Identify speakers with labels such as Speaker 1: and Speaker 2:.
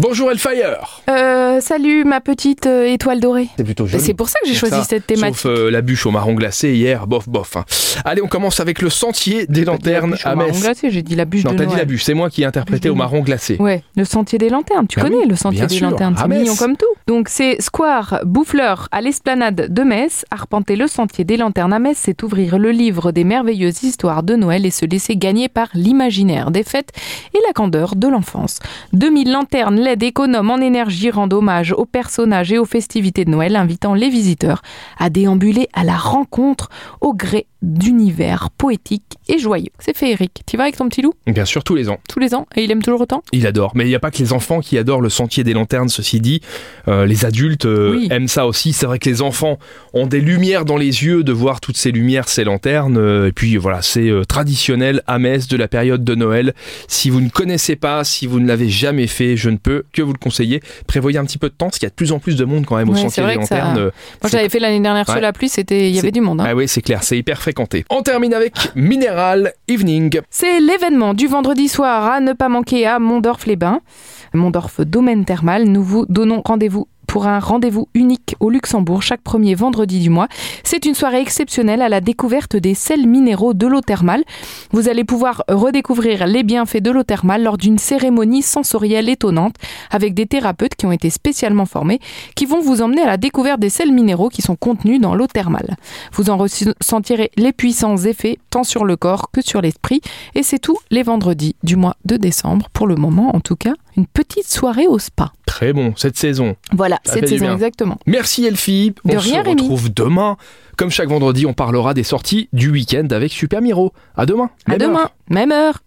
Speaker 1: Bonjour Elfire
Speaker 2: Euh, salut ma petite euh, étoile dorée.
Speaker 3: C'est plutôt
Speaker 2: C'est pour ça que j'ai
Speaker 1: Pour
Speaker 2: choisi
Speaker 1: ça,
Speaker 2: cette thématique.
Speaker 1: Sauf euh, la bûche au marron glacé hier, bof bof. hein. Allez, on commence avec le sentier des lanternes à Metz.
Speaker 2: J'ai dit la bûche
Speaker 1: Non,
Speaker 2: de
Speaker 1: t'as
Speaker 2: Noël.
Speaker 1: dit la bûche, c'est moi qui ai interprété
Speaker 2: de
Speaker 1: au marron glacé.
Speaker 2: Ouais, le sentier des lanternes, tu
Speaker 1: Bah
Speaker 2: connais le
Speaker 1: bien
Speaker 2: sentier des
Speaker 1: sûr, Ah,
Speaker 2: lanternes,
Speaker 1: à
Speaker 2: c'est
Speaker 1: Metz.
Speaker 2: mignon comme tout. Donc c'est Square Bouffleur à l'esplanade de Metz, arpenter le sentier des lanternes à Metz, c'est ouvrir le livre des merveilleuses histoires de Noël et se laisser gagner par l'imaginaire des fêtes et la candeur de l'enfance. 2000 lanternes LED économes en énergie rendent hommage aux personnages et aux festivités de Noël, invitant les visiteurs à déambuler à la rencontre au gré d'univers poétique et joyeux. C'est féerique. Tu vas avec ton petit loup
Speaker 1: Bien sûr, tous les ans.
Speaker 2: tous les ans et il aime toujours autant
Speaker 1: Il adore. Mais il n'y a pas que les enfants qui adorent le sentier des lanternes, ceci dit. Euh, les adultes euh,
Speaker 2: Oui.
Speaker 1: aiment ça aussi. C'est vrai que les enfants ont des lumières dans les yeux de voir toutes ces lumières, ces lanternes. Euh, et puis voilà, c'est euh, traditionnel à Metz de la période de Noël. Si vous ne connaissez pas, si vous ne l'avez jamais fait, je ne peux que vous le conseiller. Prévoyez un petit peu de temps, parce qu'il y a de plus en plus de monde quand même au
Speaker 2: Ouais, c'est
Speaker 1: sentier
Speaker 2: vrai
Speaker 1: des
Speaker 2: que ça-
Speaker 1: lanternes. Euh,
Speaker 2: Moi,
Speaker 1: c'est-
Speaker 2: j'avais fait l'année dernière sous
Speaker 1: Ouais.
Speaker 2: la pluie, c'était il y
Speaker 1: C'est-
Speaker 2: avait du monde. hein.
Speaker 1: Ah oui, c'est clair, c'est hyper fréquenté. On termine avec Mineral Evening.
Speaker 2: C'est l'événement du vendredi soir à ne pas manquer à Mondorf-les-Bains, Mondorf Domaine Thermal. Nous vous donnons rendez-vous pour un rendez-vous unique au Luxembourg chaque premier vendredi du mois. C'est une soirée exceptionnelle à la découverte des sels minéraux de l'eau thermale. Vous allez pouvoir redécouvrir les bienfaits de l'eau thermale lors d'une cérémonie sensorielle étonnante avec des thérapeutes qui ont été spécialement formés qui vont vous emmener à la découverte des sels minéraux qui sont contenus dans l'eau thermale. Vous en ressentirez les puissants effets tant sur le corps que sur l'esprit et c'est tout les vendredis du mois de décembre pour le moment en tout cas, une petite soirée au spa.
Speaker 1: Très bon, cette saison.
Speaker 2: Voilà,
Speaker 1: Ça fait
Speaker 2: cette
Speaker 1: du
Speaker 2: saison
Speaker 1: bien.
Speaker 2: exactement.
Speaker 1: Merci Elfie.
Speaker 2: De
Speaker 1: on
Speaker 2: rien,
Speaker 1: se
Speaker 2: Rémi.
Speaker 1: retrouve demain. Comme chaque vendredi, on parlera des sorties du week-end avec Super Miro. À demain.
Speaker 2: À
Speaker 1: Même heure.
Speaker 2: demain, même heure.